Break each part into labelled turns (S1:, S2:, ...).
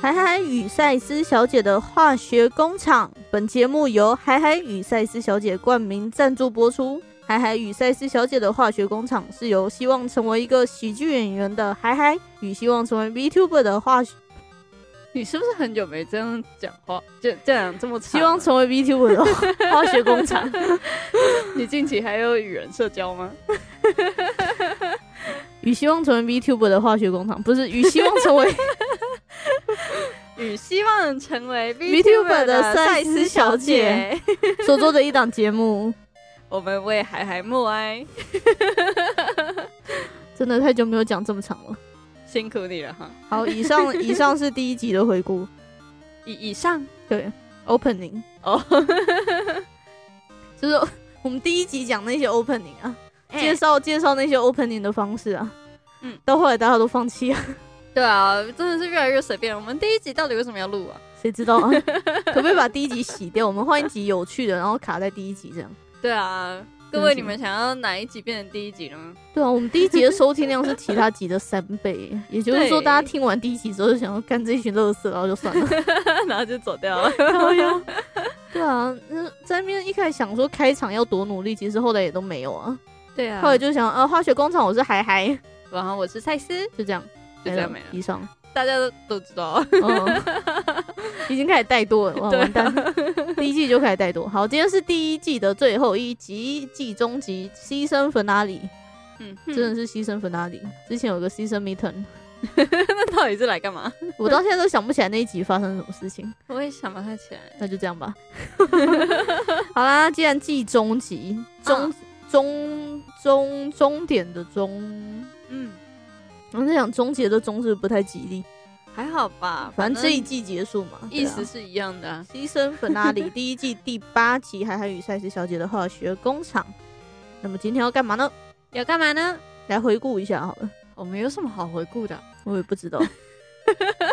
S1: 海海与赛斯小姐的化学工厂。本节目由海海与赛斯小姐冠名赞助播出。海海与赛斯小姐的化学工厂是由希望成为一个喜剧演员的海海与希望成为 VTuber 的化学
S2: 你是不是很久没这样讲话？这这样这么长？
S1: 希望成为 VTuber 的化 化学工厂。
S2: 你近期还有与人社交吗？
S1: 与希望成为 VTuber 的化学工厂，不是与希望成为
S2: 与希望成为
S1: VTuber 的
S2: 赛
S1: 赛斯小姐， 所做的一档节目。
S2: 我们为海海默哀，
S1: 真的太久没有讲这么长了。
S2: 辛苦你了哈。
S1: 好，以上以上是第一集的回顾，
S2: 以以上
S1: 对，opening
S2: 哦，
S1: 就是我们第一集讲那些 opening 啊，介
S2: 哎
S1: 绍介绍那些 opening 的方式啊，
S2: 嗯，
S1: 到后来大家都放弃啊，
S2: 对啊，真的是越来越随便。我们第一集到底为什么要录啊？
S1: 谁知道 啊？可不可以把第一集洗掉？我们换一集有趣的，然后卡在第一集这样。
S2: 对啊，各
S1: 真
S2: 位
S1: 是
S2: 你们想要哪一集变成第一集呢？
S1: 对啊，我们第一集的收听量 是其他集的三倍，也就是说，
S2: 对
S1: 大家听完第一集之后就想要干这一群乐色，然后就算了。
S2: 然后就走掉了。
S1: 对啊，那在那边一开始想说开场要多努力，其实后来也都没有啊。
S2: 对啊
S1: 后来就想，呃，化学工厂我是海海，
S2: 然后我是赛斯，
S1: 就这样，
S2: 就这样没了。
S1: 以 上，
S2: 大家都都知道，
S1: 嗯，已经开始怠惰了，哇，
S2: 对啊
S1: 完蛋， 第一季就开始怠惰。好，今天是第一季的最后一集，季中集，牺牲粉哪里？
S2: 嗯，
S1: 真的是牺牲粉哪里？之前有个牺牲 meeting，
S2: 那到底是来干嘛？
S1: 我到现在都想不起来那一集发生什么事情。
S2: 我也想不太起来。
S1: 那就这样 吧。好啦，既然季中集，中、
S2: 嗯
S1: 中中终点的终，
S2: 嗯，
S1: 我在想终结的终是不是不太吉利，
S2: 还好吧，
S1: 反正
S2: 正
S1: 这一季结束嘛，
S2: 意思
S1: 对啊。
S2: 是一样的啊。
S1: 牺牲粉拉里第一季第八集《海海与赛斯小姐的化学工厂》，那么今天要干嘛呢？
S2: 要干嘛呢？
S1: 来回顾一下好了，
S2: 我们有什么好回顾的？
S1: 我也不知道，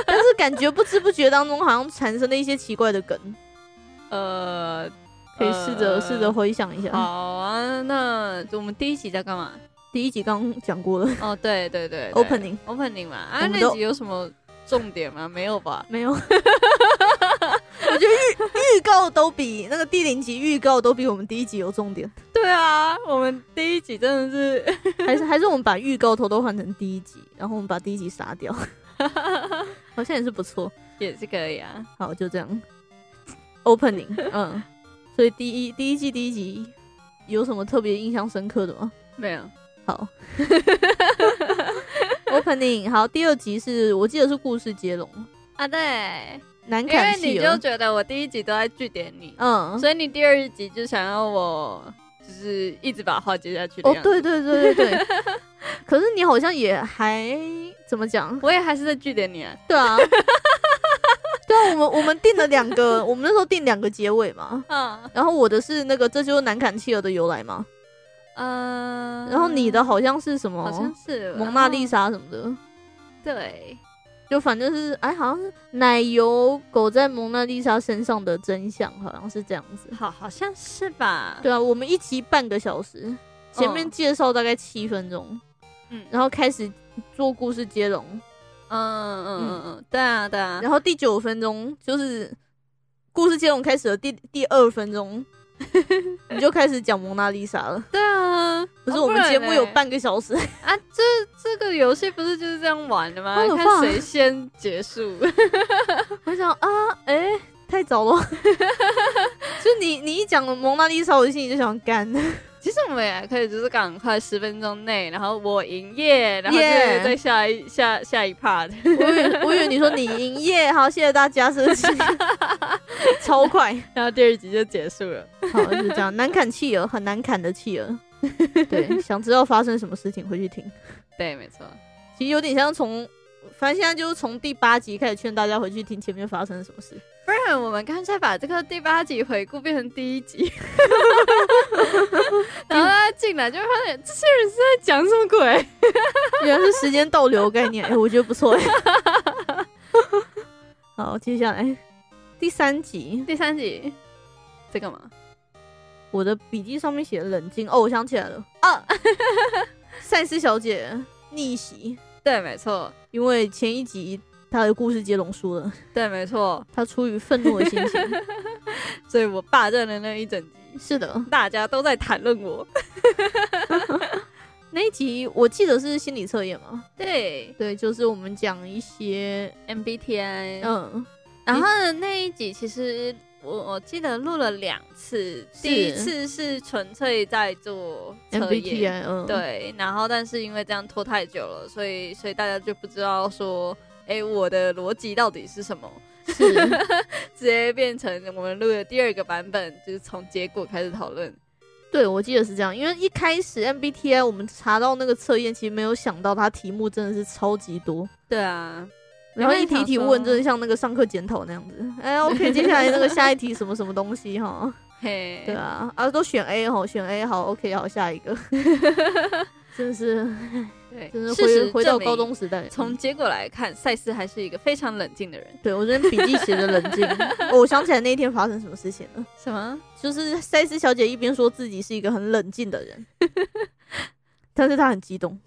S1: 但是感觉不知不觉当中好像产生了一些奇怪的梗，
S2: 呃，
S1: 可以试着
S2: 呃
S1: 试着回想一
S2: 好
S1: 下。
S2: 啊，那我们第一集在干嘛？
S1: 第一集刚讲过了
S2: 哦，对对对对
S1: ，opening
S2: opening 嘛，
S1: 我
S2: 啊，
S1: 们
S2: 那
S1: 都
S2: 集有什么重点吗？没有吧？
S1: 没有，我觉得预预告都比那个第零集预告都比我们第一集有重点，
S2: 对啊，我们第一集真的是，
S1: 还是还是我们把预告头都换成第一集，然后我们把第一集杀掉，好像也是不错。
S2: 也是可以啊。
S1: 好，就这样。Opening，嗯， 所以第一第一季第一集有什么特别印象深刻的吗？
S2: 没有，
S1: 好，Opening，好，第二集是我记得是故事接龙，
S2: 啊，对，
S1: 难
S2: 因
S1: 砍
S2: 为
S1: 戏
S2: 你就觉得我第一集都在据点你，
S1: 嗯，
S2: 所以你第二集就想要我就是一直把话接下去的
S1: 哦
S2: 样，子。
S1: 对对对对 对。可是你好像也还怎么讲？
S2: 我也还是在据点你啊。
S1: 对啊， 对啊，我们我们定了两个，我们那时候定两个结尾嘛。
S2: 嗯
S1: 然后我的是那个，这就是南坎契尔的由来嘛。
S2: 嗯，
S1: 然后你的好像是什
S2: 好
S1: 么
S2: 像是
S1: 蒙娜丽
S2: 莎，
S1: 莎什么的，
S2: 对，
S1: 就反正是哎，好像是奶油狗在蒙娜丽莎身上的真相，好像是这样子。
S2: 好好像是吧？
S1: 对啊，我们一集半个小时，前面
S2: 嗯
S1: 介绍大概七分钟，
S2: 嗯
S1: 然后开始做故事接龙，
S2: 嗯嗯嗯嗯，对啊对啊，
S1: 然后第九分钟就是故事接龙开始的第第二分钟，你就开始讲蒙娜丽莎了。
S2: 对啊，
S1: 不是
S2: 哦
S1: 我们
S2: 然
S1: 节目有
S2: 嘞
S1: 半个小时，
S2: 啊，这这个游戏不是就是这样玩的吗？
S1: 好可怕
S2: 看谁先结束。
S1: 我想啊，哎、太早了。 就你你一讲蒙娜丽莎，我心里就想干。
S2: 其实我们也可以就是赶快十分钟内，然后我营业，然后就
S1: Yeah
S2: 再下一下下一 part。
S1: 我以为我以为你说你营业， 好，谢谢大家，是不 是？超快，
S2: 然后第二集就结束了。
S1: 好就这样，难砍企鹅，很难砍的企 鹅。对，想知道发生什么事情，回去听。
S2: 对，没错。
S1: 其实有点像从，反正现在就是从第八集开始劝大家回去听前面发生了什么事。
S2: 不然我们干脆把这个第八集回顾变成第一 集，然后大家进来就会发现这些人是在讲什么鬼。
S1: 原来是时间倒流概念，哎、我觉得不错哎。 好，接下来第三集，
S2: 第三集在干嘛？
S1: 我的笔记上面写的冷静哦，我想起来了，
S2: 哦，
S1: 赛斯小姐逆袭，
S2: 对，没错，
S1: 因为前一集他的故事接龙输了，
S2: 对，没错，
S1: 他出于愤怒的心情。
S2: 所以我霸占了那一整集，
S1: 是的，
S2: 大家都在谈论我。
S1: 那一集我记得是心理测验嘛？
S2: 对
S1: 对，就是我们讲一些，
S2: ，MBTI，
S1: 嗯，
S2: 然后呢那一集其实我我记得录了两次，
S1: 是
S2: 第一次是纯粹在做测验。
S1: MBTI，嗯，，
S2: 对，然后但是因为这样拖太久了，所以所以大家就不知道说，哎，我的逻辑到底是什么，
S1: 是，
S2: 直接变成我们录的第二个版本，就是从结果开始讨论。
S1: 对，我记得是这样，因为一开始 MBTI 我们查到那个测验，其实没有想到它题目真的是超级多。
S2: 对啊，
S1: 然后一题
S2: 提
S1: 一题问，真的像那个上课检讨那样子。哎，OK，接下 来那个下一题什么什么东西哈？
S2: 嘿，
S1: 对啊，啊，都选 A 哈，选 A 好，OK，好，下一个。 真的是，
S2: 对，
S1: 真的
S2: 事实
S1: 回回到
S2: 证明
S1: 高中时代。嗯
S2: 从结果来看，赛斯还是一个非常冷静的人。
S1: 对我这边笔记写的 冷静、哦我想起来那一天发生什么事情了。
S2: 什么？
S1: 就是赛斯小姐一边说自己是一个很冷静的 人，但是她很激动，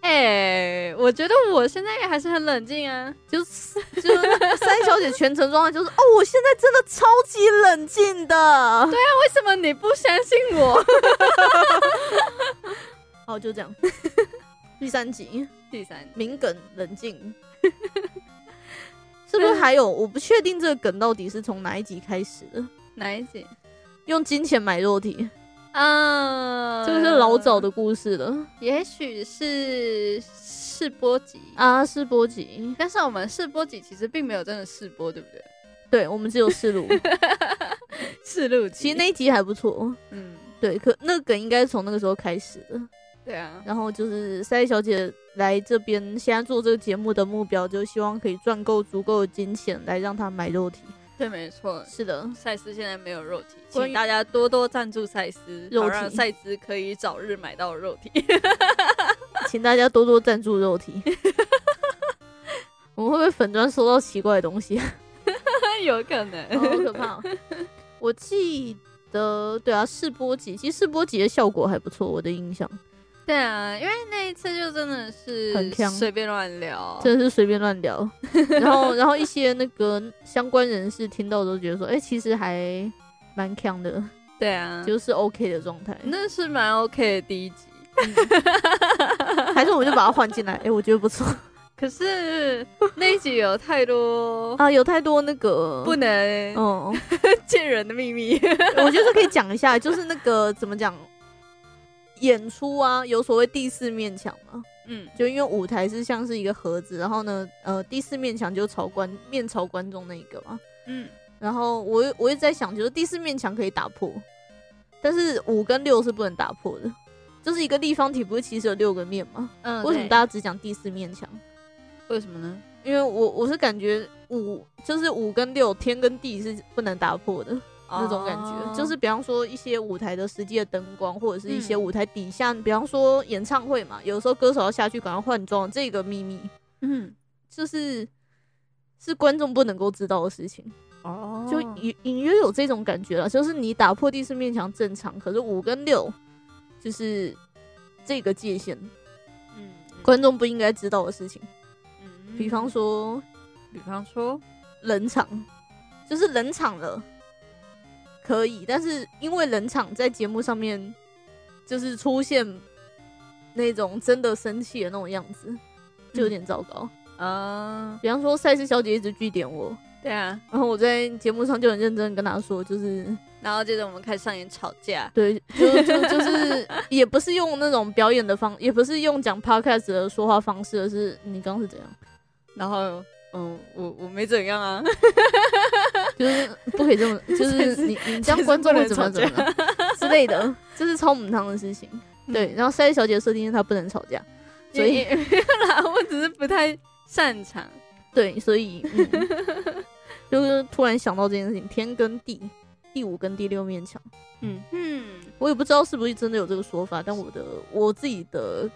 S2: 哎、我觉得我现在也还是很冷静啊。
S1: 就是就是三小姐全程状态就是哦，我现在真的超级冷静的。对，啊
S2: 为什么你不相信我？
S1: 好，就这样。第三集
S2: 第三，
S1: 敏梗冷静，是不是还有？我不确定这个梗到底是从哪一集开始的。
S2: 哪一 集？
S1: 用金钱买肉体，
S2: 啊，
S1: 这个是老早，的故事了。
S2: 也许是试播集啊。
S1: 阿斯波吉，
S2: 但是我们试播集其实并没有真的试播，对不对？
S1: 对我们只有四路，
S2: 试录
S1: 其
S2: 集
S1: 实那一集还不错。
S2: 嗯，
S1: 对，可那个梗应该是从那个时候开始的。
S2: 对啊，
S1: 然后就是赛小姐来这边，现在做这个节目的目标，就希望可以赚够足够的金钱来让她买肉体。
S2: 对，没错。
S1: 是的，
S2: 赛斯现在没有肉体，
S1: 关于
S2: 请大家多多赞助赛斯，
S1: 肉
S2: 好
S1: 体
S2: 让赛斯可以早日买到肉体。
S1: 请大家多多赞助肉体。 我们会不会粉砖收到奇怪的东西？ 好
S2: 有可能，
S1: 可怕哦、我记得，对啊，试播集，其实试播集的效果还不错，我的印象
S2: 对啊，因为那一次就真的
S1: 很
S2: 是
S1: 呛
S2: 随便乱聊，
S1: 真的是随便乱聊。然后， 然后一些那个相关人士听到都觉得说，哎、其实还蛮强的，
S2: 对啊，
S1: 就是 OK 的状态。
S2: 那是蛮 OK 的第一集。
S1: 还是我们就把它换进来？哎、我觉得不错
S2: 可是那一集有太多 哦
S1: 啊，有太多那个
S2: 不能
S1: 嗯，
S2: 见人的秘密，
S1: 我觉得可以讲一下，就是那个怎么讲，演出啊，有所谓第四面墙嘛，
S2: 嗯，
S1: 就因为舞台是像是一个盒子，然后呢，呃，第四面墙就朝观面朝观众那一个嘛，
S2: 嗯，
S1: 然后我又我一直在想，就是第四面墙可以打破，但是五跟六是不能打破的。就是一个立方体，不是其实有六个面吗？
S2: 嗯
S1: 为什么大家只讲第四面墙？
S2: 对为什么呢？
S1: 因为我我是感觉五就是五跟六，天跟地是不能打破的那种感觉。
S2: 哦
S1: 就是比方说一些舞台的实际的灯光，或者是一些
S2: 嗯
S1: 舞台底下，比方说演唱会嘛，有时候歌手要下去赶快换装，这个秘密
S2: 嗯
S1: 就是是观众不能够知道的事情，
S2: 哦
S1: 就隐隐约有这种感觉了。就是你打破第四面墙正常，可是五跟六就是这个界限，
S2: 嗯，
S1: 观众不应该知道的事情。
S2: 嗯
S1: 比方，说
S2: 比方说，
S1: 冷场，就是冷场了，可以。但是因为冷场在节目上面就是出现那种真的生气的那种样子，就
S2: 嗯
S1: 有点糟糕。
S2: 啊，
S1: 比方说赛事小姐一直据点我，
S2: 对啊，
S1: 然后我在节目上就很认真地跟她说，就是
S2: 然后接着我们开始上演吵架，
S1: 对，就就就是 也不是用那种表演的方，也不是用讲 podcast 的说话方式，而是你刚刚是怎样，
S2: 然后。嗯，我我没怎样啊，
S1: 就是 不可以这么，就是你你这样观众会怎么样怎么样之类的，这是超母汤的事情。
S2: 嗯
S1: 对，然后赛丽小姐的设定是她不能吵架， 所以
S2: 因为没有啦，我只是不太擅长。
S1: 对，所以 嗯，就是突然想到这件事情，天跟地，第五跟第六面墙，
S2: 嗯嗯，
S1: 我也不知道是不是真的有这个说法，但我的我自己的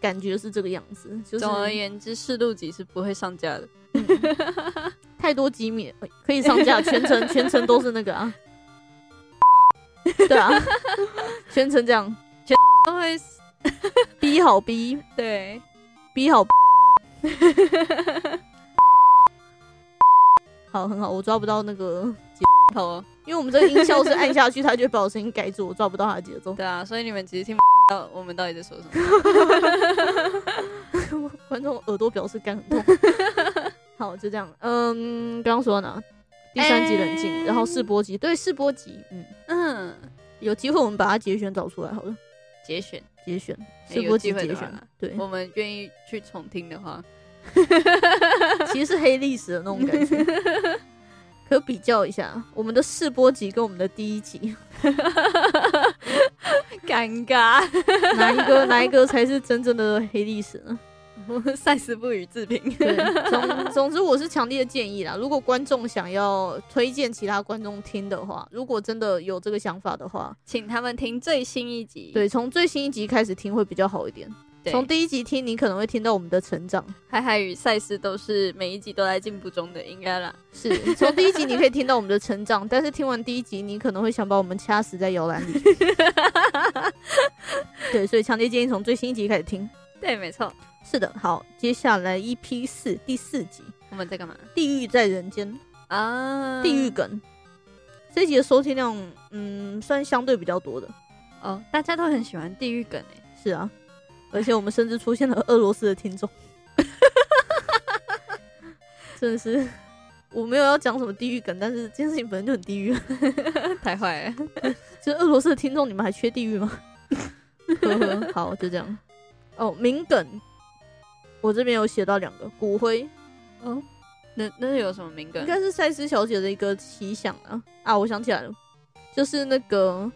S1: 感觉是这个样子，就是
S2: 总而言之，试录集是不会上架的。
S1: 太多几面呃可以上架，全程全程都是那个 啊，对啊，全程这样
S2: 都会
S1: 逼好逼
S2: 对，
S1: 逼好好，很好，我抓不到那个节，
S2: 头。
S1: 因为我们这个音效是按下去，它就会把我声音盖住，我抓不到它的节奏。
S2: 对啊，所以你们其实听不到我们到底在说什么。
S1: 观众耳朵表示干很 痛。好，就这样。嗯，刚刚说到哪？第三集冷静，
S2: 哎
S1: 然后试播集，对，试播集，嗯，
S2: 嗯，
S1: 有机会我们把它节选找出来好了，
S2: 节选，
S1: 节选
S2: 哎
S1: 试
S2: 有
S1: 播集
S2: 机会
S1: 节
S2: 的话
S1: 选，对，
S2: 我们愿意去重听的话，
S1: 其实是黑历史的那种感觉。可比较一下，我们的试播集跟我们的第一集，
S2: 尴尬，
S1: 哪一个哪一个才是真正的黑历史呢？
S2: 我们赛斯不予置评。
S1: 对，总总之我是强烈建议啦，如果观众想要推荐其他观众听的话，如果真的有这个想法的话，
S2: 请他们听最新一集。
S1: 对，从最新一集开始听会比较好一点。
S2: 对，
S1: 从第一集听，你可能会听到我们的成长。
S2: 海海与赛斯都是每一集都在进步中的，应该啦。
S1: 是从第一集你可以听到我们的成长，但是听完第一集，你可能会想把我们掐死在摇篮里。对，所以强烈建议从最新一集开始听。
S2: 对，没错。
S1: 是的，好，接下来 EP 四第四集
S2: 我们在干嘛
S1: 《地狱在人间》
S2: 啊？
S1: 地狱梗，这一集的收听量，嗯，算相对比较多的。
S2: 哦，大家都很喜欢地狱梗欸诶、
S1: 是啊，而且我们甚至出现了俄罗斯的听众， 真的是。我没有要讲什么地狱梗，但是这件事情本身就很地狱。啊
S2: 太坏了。
S1: 这俄罗斯的听众，你们还缺地狱吗？ 呵呵，好，就这样。哦，名梗，我这边有写到两个骨灰，
S2: 哦，那那是有什么名梗
S1: 应？该是赛斯小姐的一个奇想啊啊！我想起来了，就是那个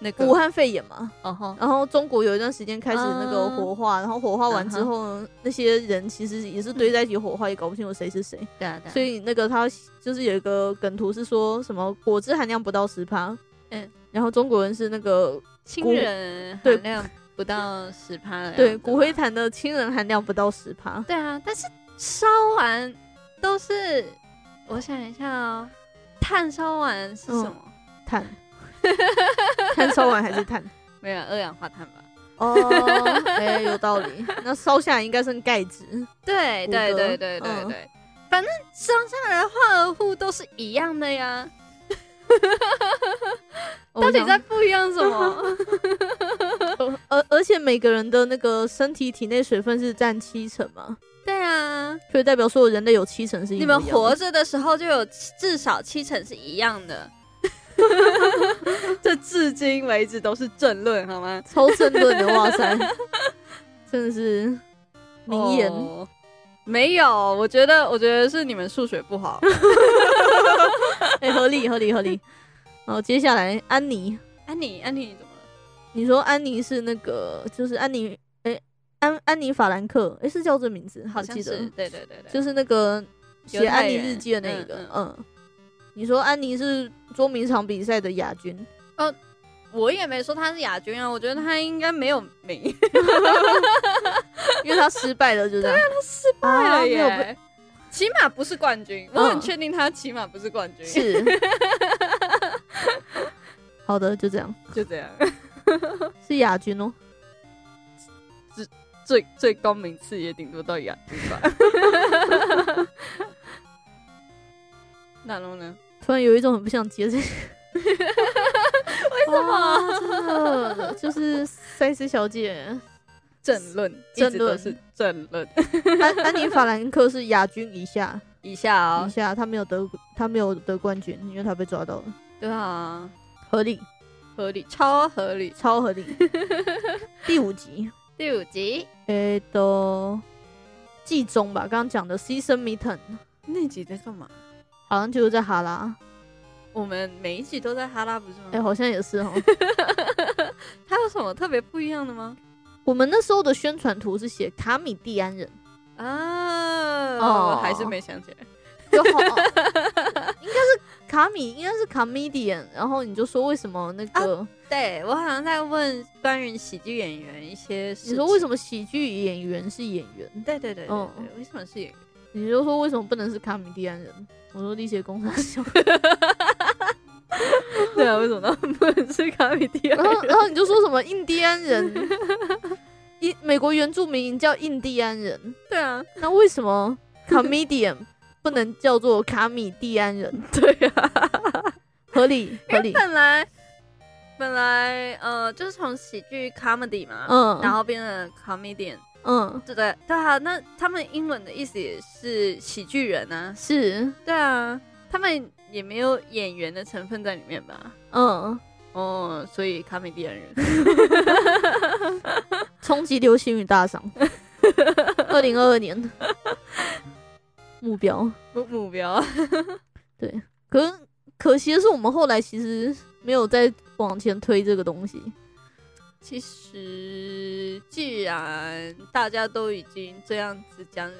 S2: 那个
S1: 武汉肺炎嘛，
S2: 哦吼，
S1: 然后中国有一段时间开始那个火化，然后火化完之后呢，那些人其实也是堆在一起火化，也搞不清楚谁是谁。
S2: 对啊对啊。
S1: 所以那个他就是有一个梗图是说什么果汁含量不到十趴，
S2: 嗯，
S1: 然后中国人是那个
S2: 亲
S1: 骨
S2: 人
S1: 对
S2: 含量不到十趴了。
S1: 对骨灰。坛的亲人含量不到十趴，
S2: 对啊，但是烧完都是，我想一下哦，炭烧完是什么？
S1: 碳， 碳烧完还是碳。
S2: 没有二氧化碳吧？
S1: 哦，哎、有道理。那烧下来应该剩钙质，
S2: 对
S1: 骨
S2: 对
S1: 骼
S2: 对对对
S1: 嗯
S2: 对，反正上下来的化合物都是一样的呀，到底在哦不一样什 么？
S1: 而而而且每个人的那个身体体内水分是占七成嘛，
S2: 对啊，
S1: 所以代表所有人类有七成是一
S2: 你
S1: 模
S2: 们
S1: 一样的
S2: 活着的时候就有七至少七成是一样的， 这至今为止都是正论好吗？
S1: 超争论的，哇 塞，真的是名言。
S2: 哦没有，我觉得我觉得是你们数学不 好。
S1: 哎、合理合理合理。然后接下来安妮，
S2: 安妮，安妮啊怎么了？
S1: 你说安妮是那个就是安妮，哎、安安妮法兰克，哎、是叫这名字，
S2: 好像
S1: 我记得
S2: 是，对对对对，
S1: 就是那个
S2: 犹
S1: 写
S2: 太
S1: 安妮
S2: 人
S1: 日记的那一个，
S2: 嗯
S1: 嗯你说安妮是捉迷藏比赛的亚军，
S2: 我也没说她是亚军啊，我觉得她应该没有名，
S1: 因为她失败了，就这样，她失
S2: 对啊了
S1: 没有被
S2: 耶，起码不是冠军，我很确定她起码不是冠军，
S1: 是。 好的，就这样，
S2: 就这样，
S1: 是亚军哦。
S2: 最最高名次也顶多到亚军吧。 那龙呢？
S1: 突然有一种很不想接 这个，为什
S2: 么
S1: 真的就是赛斯小姐，
S2: 政论，
S1: 政论
S2: 一直都是政论。
S1: 安安妮法兰克是亚军以下，
S2: 以下
S1: 以
S2: 啊，
S1: 下她没有得，她没有得冠军，因为她被抓到了，
S2: 对啊，
S1: 合理，
S2: 合理，超合理。
S1: 超合理。 第五集，
S2: 第五集
S1: 诶的季中吧，刚刚讲的 season meeting
S2: 那集在干嘛？
S1: 好像就是在哈拉，
S2: 我们每一集都在哈拉，不是吗？
S1: 哎、好像也是 哦。
S2: 它有什么特别不一样的吗？
S1: 我们那时候的宣传图是写卡米蒂安 人，
S2: 哦啊，
S1: 哦
S2: 我还是没想起来。
S1: 就好，应该是卡米，应该是 comedian。然后你就说为什么那个，
S2: 对我好像在问关于喜剧演员一些事情。
S1: 你说为
S2: 么？
S1: 什么喜剧演员是演员？
S2: 对对对对
S1: 嗯
S2: 对，为什么是演员？
S1: 你就说为什么不能是卡米蒂安人？我说力学工厂小，
S2: 对啊，为什么他们不能是卡米 蒂
S1: 然后然后你就说什么印第安 人，印美国原住民叫印第安人，
S2: 对啊，
S1: 那为什么 comedian 不能叫做卡米蒂安人，
S2: 对啊，
S1: 合理合理。
S2: 本来本来呃，就是从喜剧 comedy 嘛，
S1: 嗯
S2: 然后变成 comedian，
S1: 嗯，
S2: 对对对啊，那他们英文的意思也是喜剧人啊，
S1: 是，
S2: 对啊，他们也没有演员的成分在里面吧？
S1: 嗯，
S2: 哦，所以 comedian 人，
S1: 冲击流行语大赏，二零二二 年目标。
S2: 目目标，
S1: 可是可惜的是，我们后来其实没有再往前推这个东西。
S2: 其实既然大家都已经这样子讲，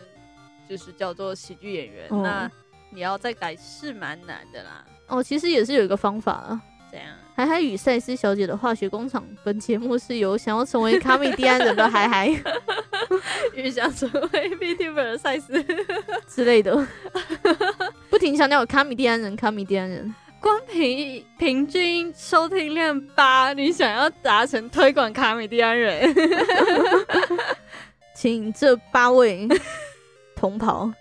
S2: 就是叫做喜剧演员，
S1: 哦
S2: 那你要再改是蛮难的啦。
S1: 哦，其实也是有一个方法啊。
S2: 这样，
S1: 海海与赛斯小姐的化学工厂。本节目是由想要成为卡米蒂安人的海海
S2: 预想成为 VTuber 的赛斯，
S1: 之类的，不停强调卡米蒂安人，卡米蒂安人。
S2: 光平平均收听量八，你想要达成推广卡米蒂安人，
S1: 请这八位同袍，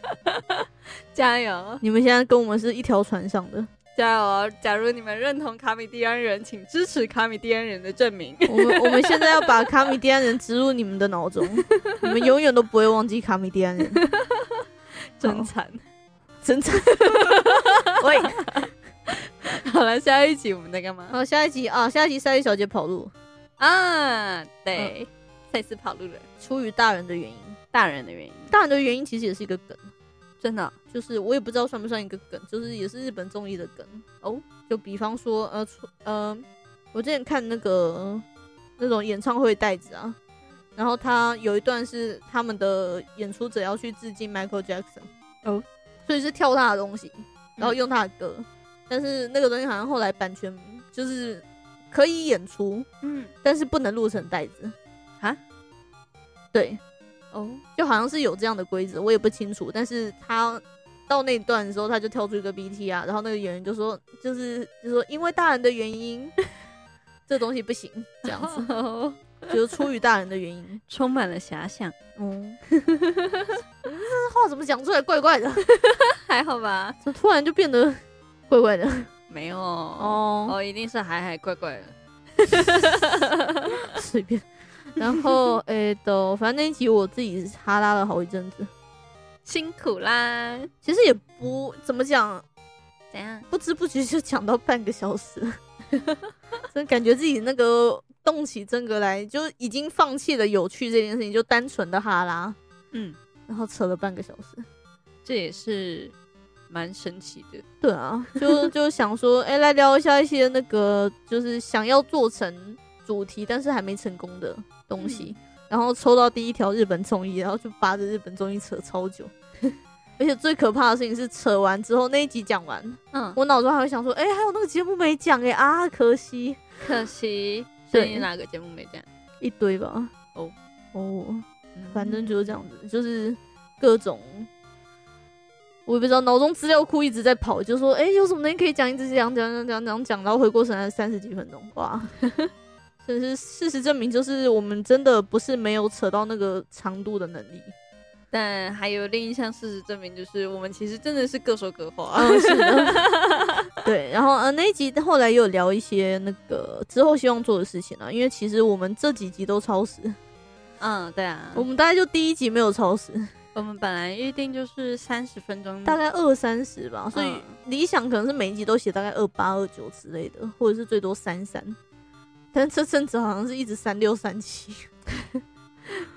S2: 加油！
S1: 你们现在跟我们是一条船上的。
S2: 加油哦！假如你们认同卡米蒂安人，请支持卡米蒂安人的证 明。
S1: 我们我们现在要把卡米蒂安人植入你们的脑中，你们永远都不会忘记卡米蒂安人。
S2: 真惨！
S1: 真惨。 喂，
S2: 好哦了，下一集我们在干嘛？
S1: 好，下一集啊，下一集赛斯小姐跑路，
S2: 啊，对，赛斯跑路了，
S1: 出于大人的原因。
S2: 大人的原因，
S1: 大人的原因其实也是一个梗，啊
S2: 真的啊
S1: 就是我也不知道算不算一个梗，就是也是日本综艺的梗哦。就比方说，呃，出呃，我之前看那个那种演唱会袋子啊，然后他有一段是他们的演出者要去致敬 Michael Jackson
S2: 哦，嗯
S1: 所以是跳他的东西，然后用他的歌，但是那个东西好像后来版权就是可以演出，
S2: 嗯
S1: 但是不能录成袋子
S2: 啊。
S1: 对，
S2: 哦，
S1: 就好像是有这样的规则，我也不清楚。但是他到那段的时候，他就跳出一个 BT 啊，然后那个演员就说，就是就说因为大人的原 因，这东西不行，这样子就是出于大人的原 因。
S2: 充满了遐想，
S1: 嗯，这话怎么讲出来怪怪的？
S2: 还好吧？
S1: 怎么突然就变得 怪怪的？
S2: 没有哦
S1: 哦，
S2: 哦，一定是海海怪怪的。
S1: 随便。然 后，诶、的，反正那一集我自己哈拉了好一阵子，
S2: 辛苦啦，
S1: 其实也不怎么讲，
S2: 怎样？
S1: 不知不觉就讲到半个小 时，真感觉自己那个动起真格来，就已经放弃了有趣这件事情，就单纯的哈拉，
S2: 嗯，
S1: 然后扯了半个小时。
S2: 这也是蛮神奇的。
S1: 对啊，就就想说，哎、来聊一下一些那个就是想要做成主题，但是还没成功的东西。然后抽到第一条日本综艺，然后就扒着日本综艺扯超久。而且最可怕的事情是，扯完之后那一集讲完，
S2: 嗯，
S1: 我脑中还会想说，哎、还有那个节目没讲哎、啊，可惜。
S2: 可惜，所
S1: 对
S2: 以哪个节目没这样？嗯
S1: 一堆吧。
S2: 哦
S1: 哦，反正就是这样子，就是各种，我也不知道，脑中资料库一直在跑，就说哎、诶有什么东西可以讲，一直讲讲讲讲讲讲，然后回过神来三十几分钟， 哇！但是事实证明，就是我们真的不是没有扯到那个长度的能力。
S2: 但还有另一项事实证明，就是我们其实真的是各说各话。
S1: 嗯，是的， 对。然后呃，那一集后来也有聊一些那个之后希望做的事情啊，因为其实我们这几集都超时，
S2: 嗯，对啊，
S1: 我们大概就第一集没有超时，
S2: 我们本来预定就是三十分钟，
S1: 大概二三十吧，所以
S2: 嗯
S1: 理想可能是每一集都写大概二八二九之类的，或者是最多三三。但这阵子好像是一直三六三七，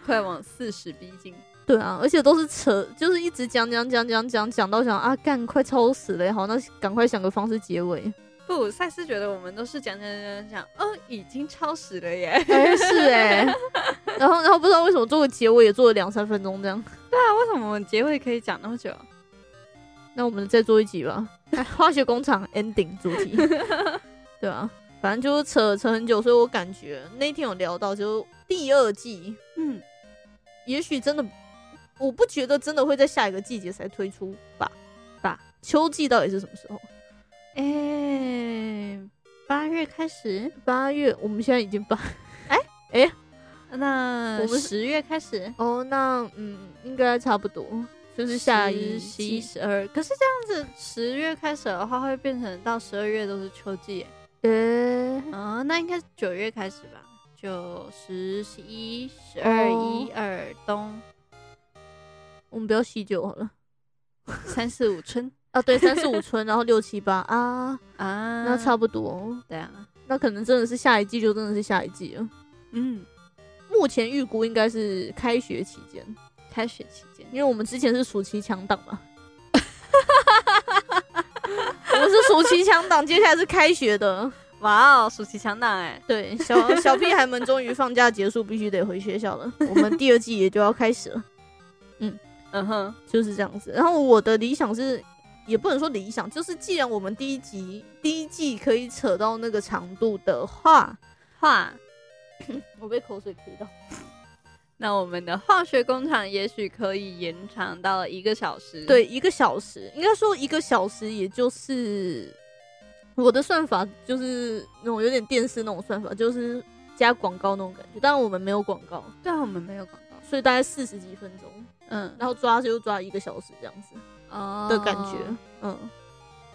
S2: 快往四十逼近。
S1: 对啊，而且都是扯，就是一直讲讲讲讲讲讲到想啊，干快超时了，好，那赶快想个方式结尾。
S2: 不，赛斯觉得我们都是讲讲讲讲，讲哦，已经超时了 耶。
S1: 哎、是哎、 然后然后不知道为什么做个结尾也做了两三分钟这样，
S2: 那啊为什么我们结尾可以讲那么久？
S1: 那我们再做一集吧，哎 化学工厂 ending 主 题，对啊，反正就是扯扯很久，所以我感觉那天有聊到，就第二季
S2: 嗯，
S1: 也许真的，我不觉得真的会在下一个季节才推出吧吧。秋季到底是什么时候？
S2: 哎、八月开始，
S1: 八月，我们现在已经八
S2: 那
S1: 我们
S2: 啊十月开始，
S1: 哦，那嗯，应该差不多。就是下一
S2: 十
S1: 期，
S2: 一、十二。可是这样子，十月开始的话，会变成到十二月都是秋季耶。
S1: 呃，
S2: 嗯，那应该是九月开始吧？九、十、十一、十二、
S1: 哦
S2: 一二冬，
S1: 我们不要喜酒好了。
S2: 三四五春
S1: 啊，对，三四 五春，然后六七八啊，
S2: 啊，
S1: 那差不多，
S2: 对啊，
S1: 那可能真的是下一季就真的是下一季了。
S2: 嗯，
S1: 目前预估应该是开学期间，
S2: 开学期间
S1: 因为我们之前是暑期强档 嘛，我们是暑期强档，接下来是开学的。
S2: 哇哦，暑期强档哎，
S1: 对， 小小屁孩们终于放假结束，必须得回学校 了。我们第二季也就要开始了，
S2: 嗯哼，
S1: 就是这样子。然后我的理想是，也不能说理想，就是既然我们第一集第一季可以扯到那个长度的话，
S2: 画。
S1: 我被口水咳到。
S2: 那我们的化学工厂也许可以延长到一个小时。
S1: 对，，一个小时，应该说一个小时，也就是我的算法就是那种有点电视那种算法，就是加广告那种感觉。当然我们没有广告，
S2: 对啊，我们没有广告。
S1: 所以大概四十几分钟，
S2: 嗯，
S1: 然后抓就抓一个小时这样子
S2: 哦
S1: 的感觉，嗯。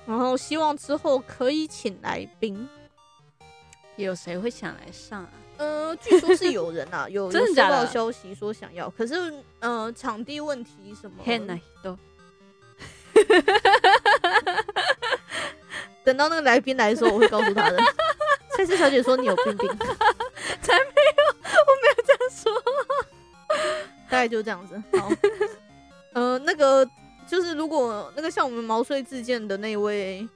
S1: 然后希望之后可以请来宾，
S2: 有谁会想来上啊？
S1: 呃，据说是有人啊， 有有
S2: 真的
S1: 收
S2: 假
S1: 到
S2: 的
S1: 消息说想要，可是呃，场地问题什么，
S2: 変な人。
S1: 等到那个来宾来的时候，我会告诉 他的。蔡思小姐说你有病病，
S2: 才没有，我没有这样 说。
S1: 大概就这样子。好，呃，那个就是如果那个像我们毛遂自荐的那一位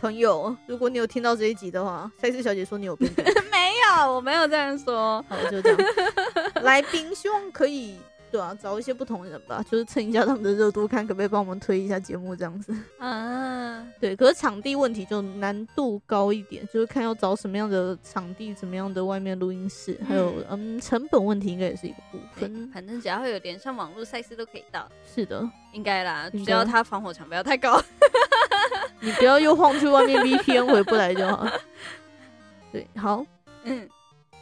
S1: 朋友，如果你有听到这一集的话，赛斯小姐说你有病病，
S2: 没有，我没有这样说。
S1: 好就这样。来宾希望可以对啊，找一些不同人吧，就是蹭一下他们的热度，看可不可以帮我们推一下节目这样子。
S2: 啊，
S1: 对，可是场地问题就难度高一点，就是看要找什么样的场地，怎么样的外面录音室，还有嗯成本问题应该也是一个部分。
S2: 反正只要有连上网络赛事都可以到，
S1: 是的，
S2: 应该啦。
S1: 应该
S2: 只要它防火墙不要太高。
S1: 你不要又晃去外面 VPN 回不来就好。 对，好，
S2: 嗯，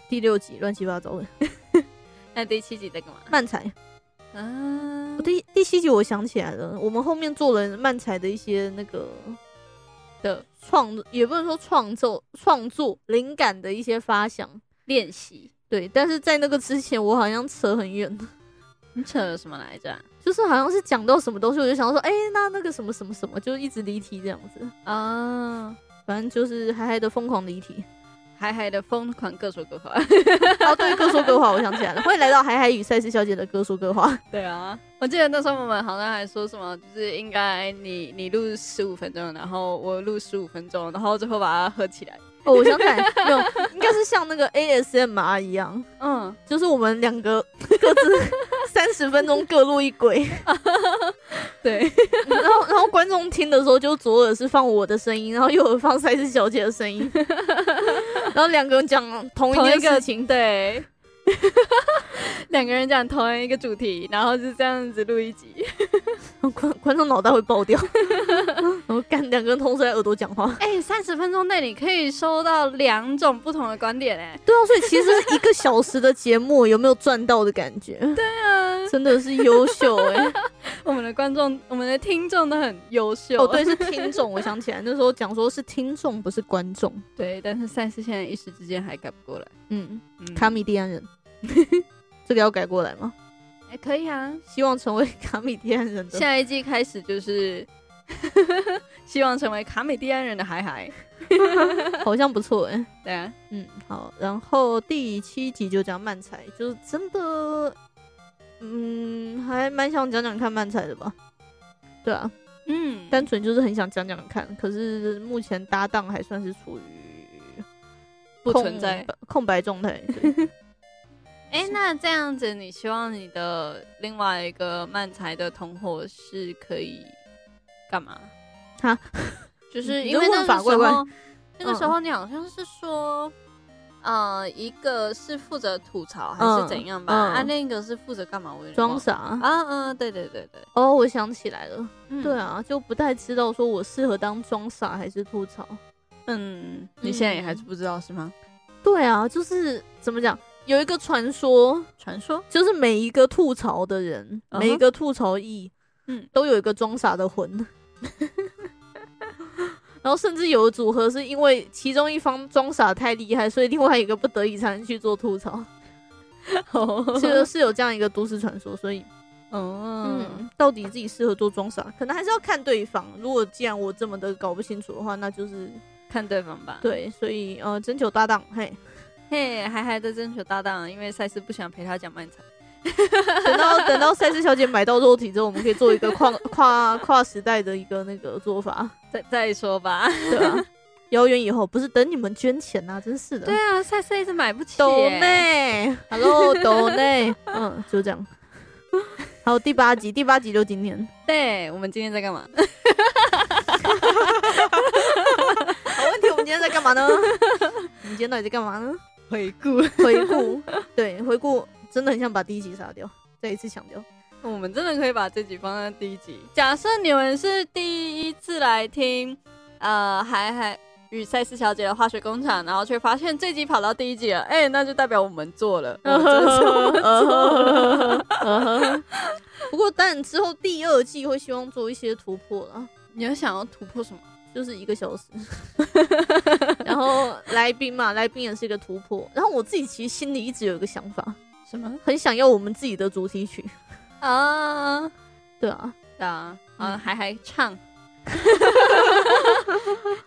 S1: 第六集乱七八糟的
S2: 那第七集在干嘛？
S1: 漫才，
S2: 啊
S1: 我，第第七集我想起来了，我们后面做了漫才的一些那个的创，也不能说创作创作灵感的一些发想。
S2: 练习。
S1: 对，但是在那个之前，我好像扯很远，
S2: 你扯了什么来着？啊
S1: 就是好像是讲到什么东西，我就想说，哎、那那个什么什么什么，就一直离题这样子。
S2: 啊，
S1: 反正就是嗨嗨的疯狂离题。
S2: 海海的疯狂各说各话。
S1: 哦，对，各说各话，我想起来了，欢迎来到海海与赛斯小姐的各说各话。
S2: 对啊，我记得那时候我们好像还说什么，就是应该你你录十五分钟，然后我录十五分钟，然后最后把它合起来。
S1: 哦，我想起来，没有，应该是像那个 ASMR 一样，
S2: 嗯，
S1: 就是我们两个 各自三十分钟各录一 轨，
S2: 对，
S1: 然后然后观众听的时候就左耳是放我的声音，然后右耳放赛斯小姐的声 音，然后两个人讲同一件事情，
S2: 情，对， 两个人讲同一个主题，然后就这样子录一集。
S1: 观 观众脑袋会爆 掉，然后干两个人同时在耳朵讲话，
S2: 哎、三十分钟内你可以收到两种不同的观点、哎，
S1: 对啊，所以其实一个小时的节目有没有赚到的感觉？
S2: 对啊，
S1: 真的是优秀哎、
S2: 我们的观众，我们的听众都很优秀。
S1: 哦，对，是听众，我想起来那时候讲说是听众，不是观众。
S2: 对，但是赛事现在一时之间还改不过来。
S1: 嗯，
S2: 嗯
S1: 卡米蒂安人， 这个要改过来吗？
S2: 哎、可以啊，
S1: 希望成为卡米蒂安 人的。
S2: 下一季开始就是 希望成为卡美蒂安人的海海。
S1: 好像不错哎、
S2: 对啊，
S1: 嗯，好，然后第七集就讲漫才，就是真的，嗯，还蛮想讲讲看漫才的吧。对啊，
S2: 嗯，
S1: 单纯就是很想讲讲看，可是目前搭档还算是处于
S2: 不
S1: 空
S2: 存在。
S1: 白空白状态。对
S2: 哎、那这样子，你希望你的另外一个漫才的同伙是可以干嘛？
S1: 哈，
S2: 就是
S1: 你
S2: 因为
S1: 这
S2: 那
S1: 问
S2: 个
S1: 法
S2: 时候，
S1: 怪怪
S2: 那个时候你好像是说。呃，一个是负责吐槽还
S1: 嗯
S2: 是怎样吧，
S1: 嗯
S2: 啊，另一个是负责干嘛？我有点
S1: 装
S2: 忘了
S1: 傻
S2: 啊，嗯，对对对对，
S1: 哦，我想起来了，
S2: 嗯
S1: 对，啊，就不太知道说我适合当装傻还是吐槽。
S2: 嗯，你现在也还是不知道是吗？
S1: 对啊，就是怎么讲，有一个传说，
S2: 传说，
S1: 就是每一个吐槽的人，
S2: 嗯哼
S1: 每一个吐槽艺，
S2: 嗯
S1: 都有一个装傻的魂。 然后甚至有的组合是因为其中一方装傻太厉害，所以另外一个不得已才能去做吐 槽。
S2: 哦，
S1: 是是有这样一个都市传说，所以
S2: 嗯
S1: 嗯，到底自己适合做装傻，可能还是要看对方。如果既然我这么的搞不清楚的话，那 就是
S2: 看对方吧。，
S1: 对，所以呃，征求搭档，嘿，
S2: 嘿，还还的征求搭档，因为赛斯不想陪他讲漫长。
S1: 等到等到赛斯小姐买到肉体之后，我们可以做一个跨跨跨时代的一个那个做法，
S2: 再再说吧。
S1: 对吧、遥远以后不是等你们捐钱呐、啊，真是的。
S2: 对啊，赛斯一直买不起耶。
S1: 抖内，Hello，抖内，嗯，就这样。还有第八集，第八集就今天，
S2: 对，我们今天在干嘛？
S1: 好问题，我们今天在干 嘛呢？我们今天到底在干嘛呢？
S2: 回顾。
S1: 回顾，对，回顾真的很想把第一集杀掉，再一次强 调。
S2: 我们真的可以把这集放在第一集。假设你们是第一次来听，呃，海海与赛斯小姐的化学工厂，然后却发现这集跑到第一集了，哎、那就代表我们做 了，
S1: 哦
S2: 我们真的做了
S1: 不过，当然之后第二季会希望做一些突破啦，
S2: 你有想要突破什么？
S1: 就是一个小 时。然后来宾嘛，来宾也是一个突破。然后我自己其实心里一直有一个想法，
S2: 什么
S1: 很想要我们自己的主题曲。
S2: 啊？
S1: 对啊，
S2: 对啊，啊，
S1: 嗯
S2: 海海 唱，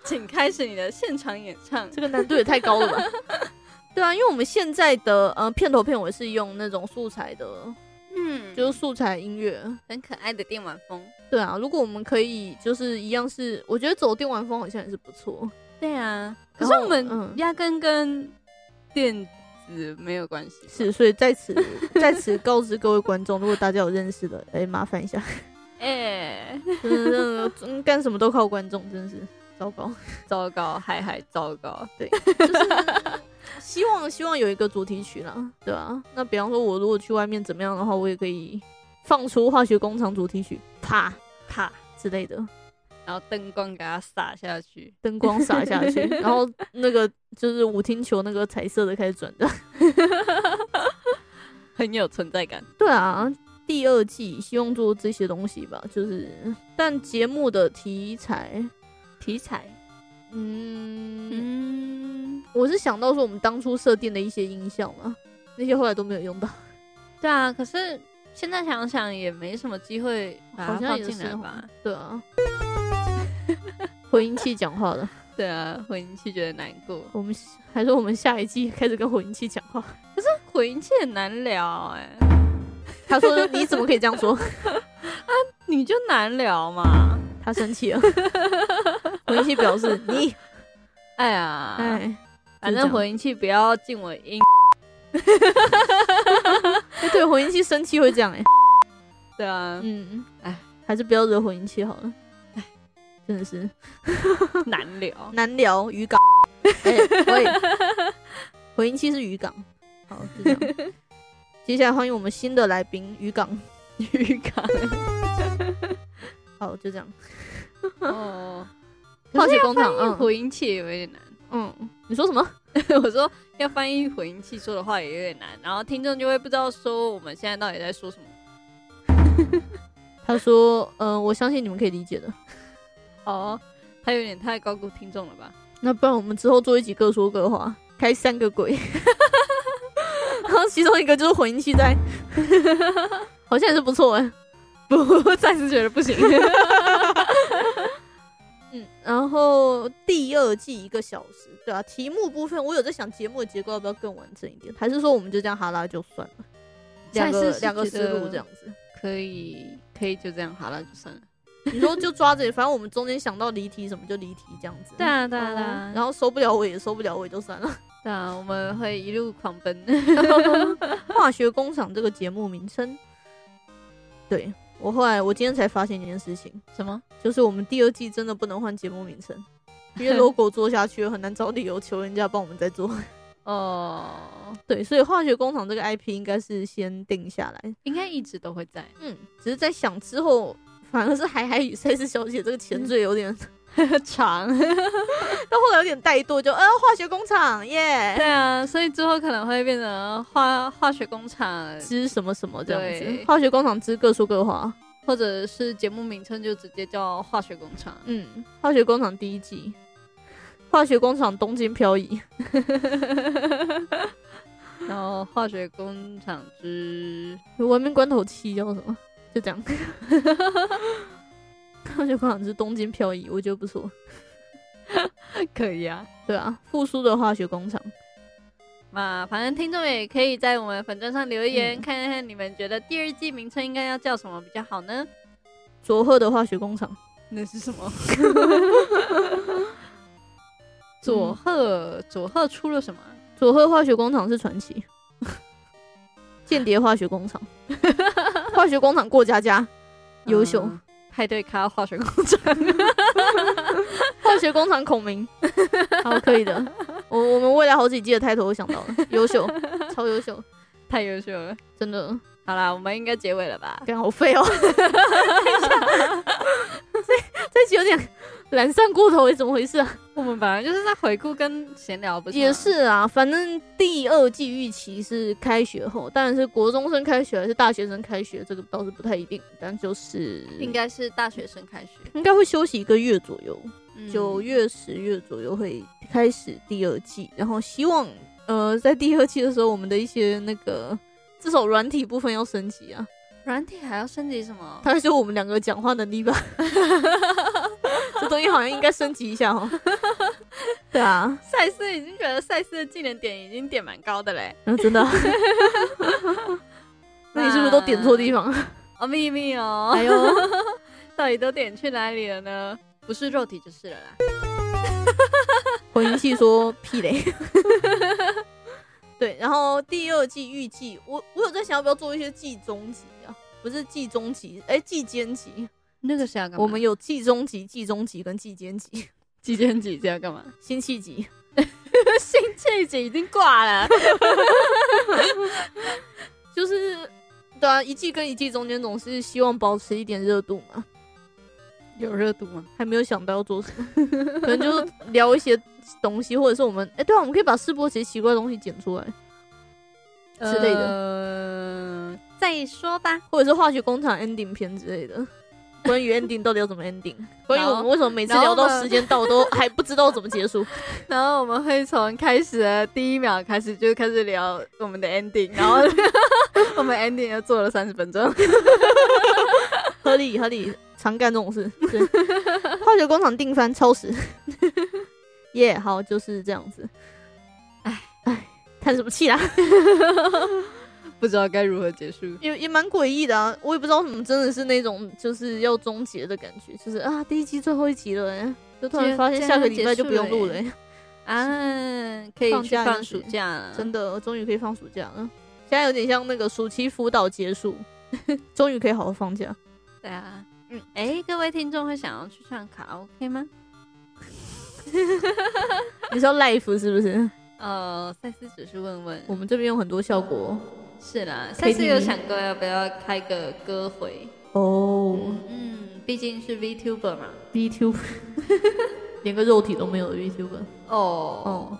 S2: 请开始你的现场演唱。
S1: 这个难度也太高了吧？ 对啊，因为我们现在的呃片头片尾是用那种素材的，
S2: 嗯，
S1: 就
S2: 就是
S1: 素材音乐。
S2: 很可爱的电玩风。
S1: 对啊，如果我们可以就是一样是，我觉得走电玩风好像也是不错。
S2: 对啊，可
S1: 然
S2: 是
S1: 后
S2: 我
S1: 嗯
S2: 们压根跟电子没有关系。
S1: 是，所以在此在此告知各位观众，如果大家有认识的，哎、麻烦一下，
S2: 哎、
S1: 真的真的嗯干什么都靠观众，真的是糟糕。
S2: 糟糕，海海糟糕。
S1: 希望希望有一个主题曲啦，对啊。那比方说，我如果去外面怎么样的话，我也可以放出化学工厂主题曲，啪
S2: 啪，
S1: 之类 的，
S2: 然后灯光给它洒下去。
S1: 灯光洒下去，然后那个就是舞厅球那个彩色的开始转的。
S2: 很有存在感，
S1: 对啊，第二季希望做这些东西吧，就是但节目的题材，
S2: 题材，
S1: 嗯，
S2: 嗯，
S1: 我是想到说我们当初设定的一些音效嘛，那些后来都没有用到，
S2: 对啊，可是现在想想也没什么机会把它
S1: 好像
S2: 放
S1: 也
S2: 进
S1: 是
S2: 来
S1: 哦
S2: 吧？
S1: 对 啊。回音器讲话了，
S2: 对啊，回音器觉得难过，
S1: 我们还说我们下一季开始跟回音器讲话。
S2: 回音器很难聊哎、
S1: 他说：“你怎么可以这样说
S2: 你就难聊嘛，？”
S1: 他生气了。回音器表示：“你，
S2: 哎呀，
S1: 哎，
S2: 反
S1: 就这
S2: 正
S1: 样
S2: 回音器不要进我音，
S1: 哎对，回音器生气会这样哎、
S2: 对啊，
S1: 嗯，哎
S2: 哎，
S1: 还是不要惹混音器好了。哎，真的是
S2: 难聊，
S1: 难聊渔港。哎、喂，混音器是渔港。好，就这 样。接下来欢迎我们新的来宾渔港。
S2: 预感
S1: 好，就这样。
S2: 哦，
S1: 化学工厂，嗯
S2: 回音器也有点难。
S1: 嗯，你说什么？
S2: 我说要翻译回音器说的话也有点难，然后听众就会不知道说我们现在到底在说什么。
S1: 他说：“嗯、我相信你们可以理解的。
S2: 哦，他有点太高估听众 了吧？
S1: 那不然我们之后做一集各说各话，开三个鬼， 然后其中一个就是混音器在， 好像也是不错哎、
S2: 不，暂时觉得不 行。
S1: 嗯，然后第二季一个小时，对啊，题目部分我有在想节目的结构要不要更完整一点，还是说我们就这样哈拉就算了，两
S2: 赛事
S1: 个
S2: 是
S1: 两个
S2: 觉
S1: 思路
S2: 得
S1: 这样子。
S2: 可以，可以就这样好了，就算了。
S1: 你说就抓着，反正我们中间想到离题什么就离题这样子。
S2: 对啊，对啊，
S1: 哦
S2: 对啊，然
S1: 然
S2: 后
S1: 后收不了尾也收不了尾就算了。
S2: 对啊，我们会一路狂奔。
S1: 化学工厂这个节目名称，对我后来我今天才发现一件事情，
S2: 什么？
S1: 就是我们第二季真的不能换节目名称， 因为 logo 做下去了很难找理由求人家帮我们再做。
S2: 哦，
S1: 对，所以化学工厂这个 IP 应该是先定下来，
S2: 应该一直都会在。
S1: 嗯，只是在想之后，反而是海海与赛斯小姐这个前缀 有点，
S2: 长。
S1: 到后来有点怠惰，就呃化学工厂
S2: 对
S1: 耶，
S2: 啊，所以之后可能会变成化化学工厂。
S1: 之什么什么这样
S2: 对
S1: 子，化学工厂之各说各话，
S2: 或者是节目名称就直接叫化学工厂。
S1: 嗯，化学工厂第一季，化学工厂东京漂移，
S2: 然后化学工厂之
S1: 文明关头七叫什么？就这样。 化学工厂之东京漂移，我觉得不错。
S2: 可以啊。
S1: 对啊，复苏的化学工厂。
S2: 那反正听众也可以在我们粉砖上留言，
S1: 嗯
S2: 看看你们觉得第二季名称应该要叫什么比较好呢？
S1: 佐贺的化学工厂，
S2: 那是什 么？佐
S1: 佐
S2: 贺，佐贺出了什么？
S1: 佐贺化学工厂是传奇， 间谍化学工厂，化学工厂过家家，优秀，
S2: 嗯派对咖化学工厂。
S1: 化学工厂孔明，好可以的。我我们未来好几季的抬头都想到了，优秀，超优秀，
S2: 太优秀了。
S1: 真的，
S2: 好啦，我们应该结尾了吧？
S1: 感觉好废 哦。这这集有点懒散过头，怎么回事啊？
S2: 我们本来就是在回顾跟闲聊，不是吗
S1: 也是啊，反正第二季预期是开学后，当然是国中生开学还是大学生开学，这个倒是不太一定，但就是
S2: 应该是大学生开学，
S1: 应该会休息一个月左右，
S2: 嗯
S1: 九、月、十月左右会开始第二季，然后希望呃在第二季的时候，我们的一些那个至少软体部分要升级啊，
S2: 软体还要升级什么？
S1: 他说我们两个讲话能力 吧，这东西好像应该升级一下哦。 对啊，
S2: 赛斯已经觉得赛斯的技能点已经点蛮高的嘞。
S1: 嗯，真的 啊。那你是不是都点错地方？
S2: 哦，秘密哦，
S1: 哎呦，
S2: 到底都点去哪里了呢？不是肉体就是了啦。
S1: 混音器说屁 嘞。对，然后第二季预计，我我有在想要不要做一些季中集啊，不是季中集，哎，季间集。
S2: 那个是要干嘛？
S1: 我们有季中集、季中集跟季间集、
S2: 几点几是要干嘛？
S1: 辛弃疾。
S2: 辛弃疾已经挂 了。
S1: 就是对啊，一季跟一季中间总是希望保持一点热度嘛。
S2: 有热度吗？
S1: 还没有想到要做什么， 可能就是聊一些东西，或者是我们哎、对啊，我们可以把世博节奇怪的东西剪出来，之类的
S2: 的。呃再说吧。
S1: 或者是化学工厂 ending 片之类的。关于 ending 到底要怎么 ending？关于我们为什么每次聊到时间到都 还不知道怎么结束？
S2: 然后我们会从开始的第一秒开始就开始聊我们的 ending，然后 我们 ending 就做了三十分钟。
S1: 合理合理，常干这种事。对化学工厂定番超时，耶、好就是这样子。哎哎，叹什么气啦？
S2: 不知道该如何结束。
S1: 也也蛮诡异的啊，我也不知道为什么，真的是那种就是要终结的感觉，就是啊，第一集最后一集了、欸，就突然发现下个礼拜就不用录了、欸
S2: 啊，可以
S1: 放
S2: 去
S1: 假
S2: 放
S1: 一
S2: 暑
S1: 起
S2: 假了，
S1: 真的，我终于可以放暑假了。现在有点像那个暑期辅导结束， 终于可以好好放假。
S2: 对啊。嗯，哎、各位听众会想要去唱卡拉 OK 吗？
S1: 你知道 life 是不是？
S2: 呃，赛斯只是问问。
S1: 我们这边有很多效果
S2: 是啦，
S1: 可
S2: 赛
S1: 以
S2: 斯
S1: 听
S2: 有
S1: 听
S2: 想过要不要开个歌回？
S1: 哦。
S2: 嗯，毕竟是 VTuber 嘛。
S1: VTuber 连个肉体都没有的 VTuber
S2: 哦，
S1: 哦。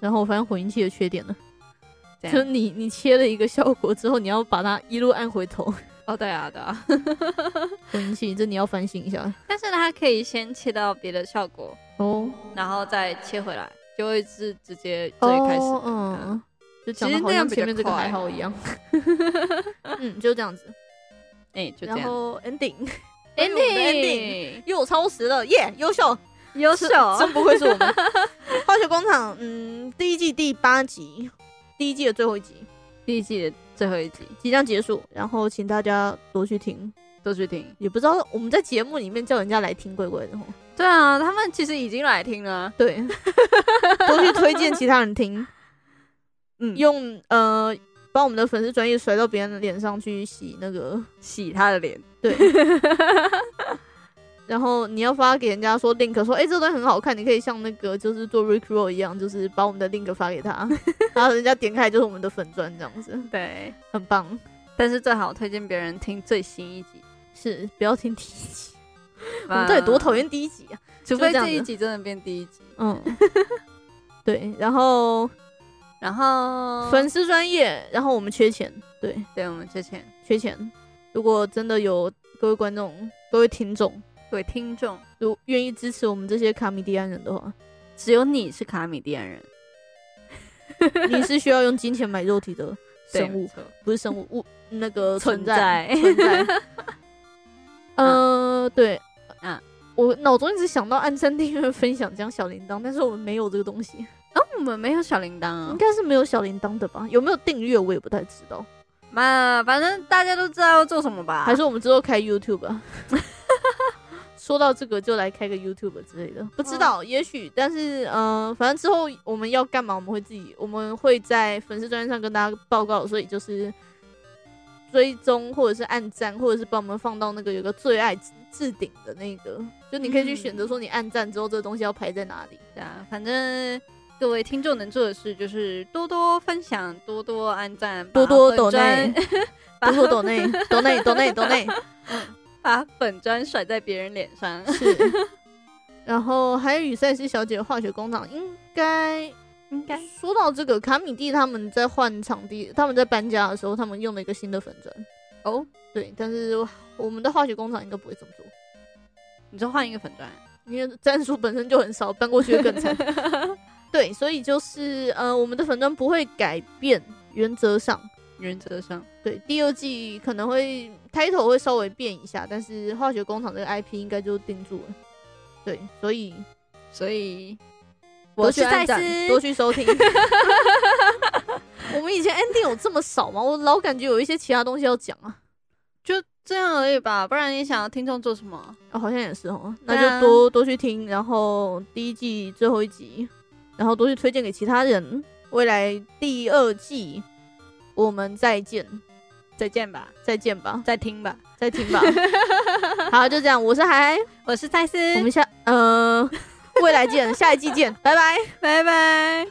S1: 然后我发现混音器的缺点了，
S2: 这
S1: 就是
S2: 样。
S1: 你你切了一个效果之后，你要把它一路按回头。
S2: 哦，对啊，对啊。
S1: 混音器，这你要反省一下
S2: 但是呢，它可以先切到别的效果，
S1: 哦。
S2: 然后再切回来，就会是直接最
S1: 最
S2: 开
S1: 开
S2: 始
S1: 始、
S2: 的。
S1: 嗯，就讲
S2: 其
S1: 的
S2: 实
S1: 好
S2: 那
S1: 像
S2: 样比较
S1: 前面这个
S2: 快
S1: 还好一 样。嗯，就这样子，
S2: 哎、就这
S1: 然
S2: 样。哎
S1: 后 ending 关于我们的
S2: ending，
S1: 又超时了，耶，优秀，
S2: 优
S1: 是
S2: 秀，
S1: 真不愧是我 们化学工厂。嗯，第一季第八集，第一季的最后一集
S2: 第一季的最后一集
S1: 即将结束，然后请大家多去听。
S2: 都去听。
S1: 也不知道我们在节目里面叫人家来听鬼鬼的哦，
S2: 对啊，他们其实已经来听了。
S1: 对， 多去推荐其他人 听。
S2: 嗯，又
S1: 用呃把我们的粉丝专业甩到别人的脸上去洗那个，
S2: 洗他的脸。
S1: 对。 然后你要发给人家说 link，说哎、诶这个东西很好看，你可以像那个就是做 Rick Roll 一样，就是把我们的 link 发给 他，然后人家点开就是我们的粉砖这样子，
S2: 对，
S1: 很棒。
S2: 但是最好推荐别人听最新一集。
S1: 是不要听第一集，我
S2: 我
S1: 们到嗯底多讨厌第一集啊？
S2: 除非
S1: 就这样
S2: 这
S1: 子
S2: 一集真的变第一集，
S1: 嗯， 对。然后
S2: 然后
S1: 粉丝专业，然后我们缺钱，对，
S2: 对我们之前
S1: 缺钱，如果真的有各位观众、各位听众，
S2: 各位听众，
S1: 如愿意支持我们这些卡米蒂安人的 话，
S2: 只有你是卡米蒂安人，
S1: 你是需要用金钱买肉体的生物，不是生物物那 个
S2: 存
S1: 在存 在。呃，对，
S2: 啊，
S1: 我脑中一直想到按赞、订阅、分享、讲小铃铛，但是我们没有这个东西，
S2: 哦，我们没有小铃铛啊
S1: 应。该是没有小铃铛的吧？有没有订阅我也不太知道，
S2: 嘛，反正大家都知道要做什么吧？
S1: 还是我们之后开 YouTube 啊？ 说到这个，就来开个 YouTube 之类的，不知道，也许，但是，呃，反正之后我们要干嘛，我们会自己，我们会在粉丝专页上跟大家报告，所以就是追踪或者是按赞，或者是把我们放到那个有个最爱置置顶的那个，就你可以去
S2: 嗯
S1: 选择说你按赞之后这个东西要排在哪里。
S2: 对啊，反正各位听众能做的事就是多多分享，多多按赞，把
S1: 多多
S2: 本
S1: 抖内
S2: 专，
S1: 多 多抖内，抖内，抖内，抖内，
S2: 把本专甩在别人脸上。
S1: 是。然后还有与赛斯小姐的化学工厂，应该
S2: 应该
S1: 说到这个，卡米蒂他们在换场地，他们在搬家的时候，他们用了一个新的粉砖。
S2: 哦，
S1: 对，但是我们的化学工厂应该不会这么做，
S2: 你就换一个粉砖。
S1: 因为战术本身就很少，搬过去会更 惨。对，所以就是呃，我们的粉砖不会改变，原则上。
S2: 原则上，
S1: 对，第二季可能会开头会稍微变一下，但是化学工厂这个 IP 应该就定住了。对，所以
S2: 所以
S1: 多
S2: 我
S1: 去
S2: 是
S1: 按
S2: 赛
S1: 赞，
S2: 斯，
S1: 多去收 听。我们以前 ending 有这么少吗？我老感觉有一些其他东西要讲啊。
S2: 就这样而已吧。不然你想要听众做什么？
S1: 哦，好像也是哦，
S2: 对
S1: 那
S2: 啊
S1: 就多、多去听，然后第一季最后一集，然后多去推荐给其他人。未来第二季我们再见，
S2: 再见吧，
S1: 再见吧，
S2: 再听吧。
S1: 再听 吧。好，就这样，我是海。
S2: 我是赛斯，
S1: 我们下呃，未来见，下一季见，拜拜。
S2: 拜拜。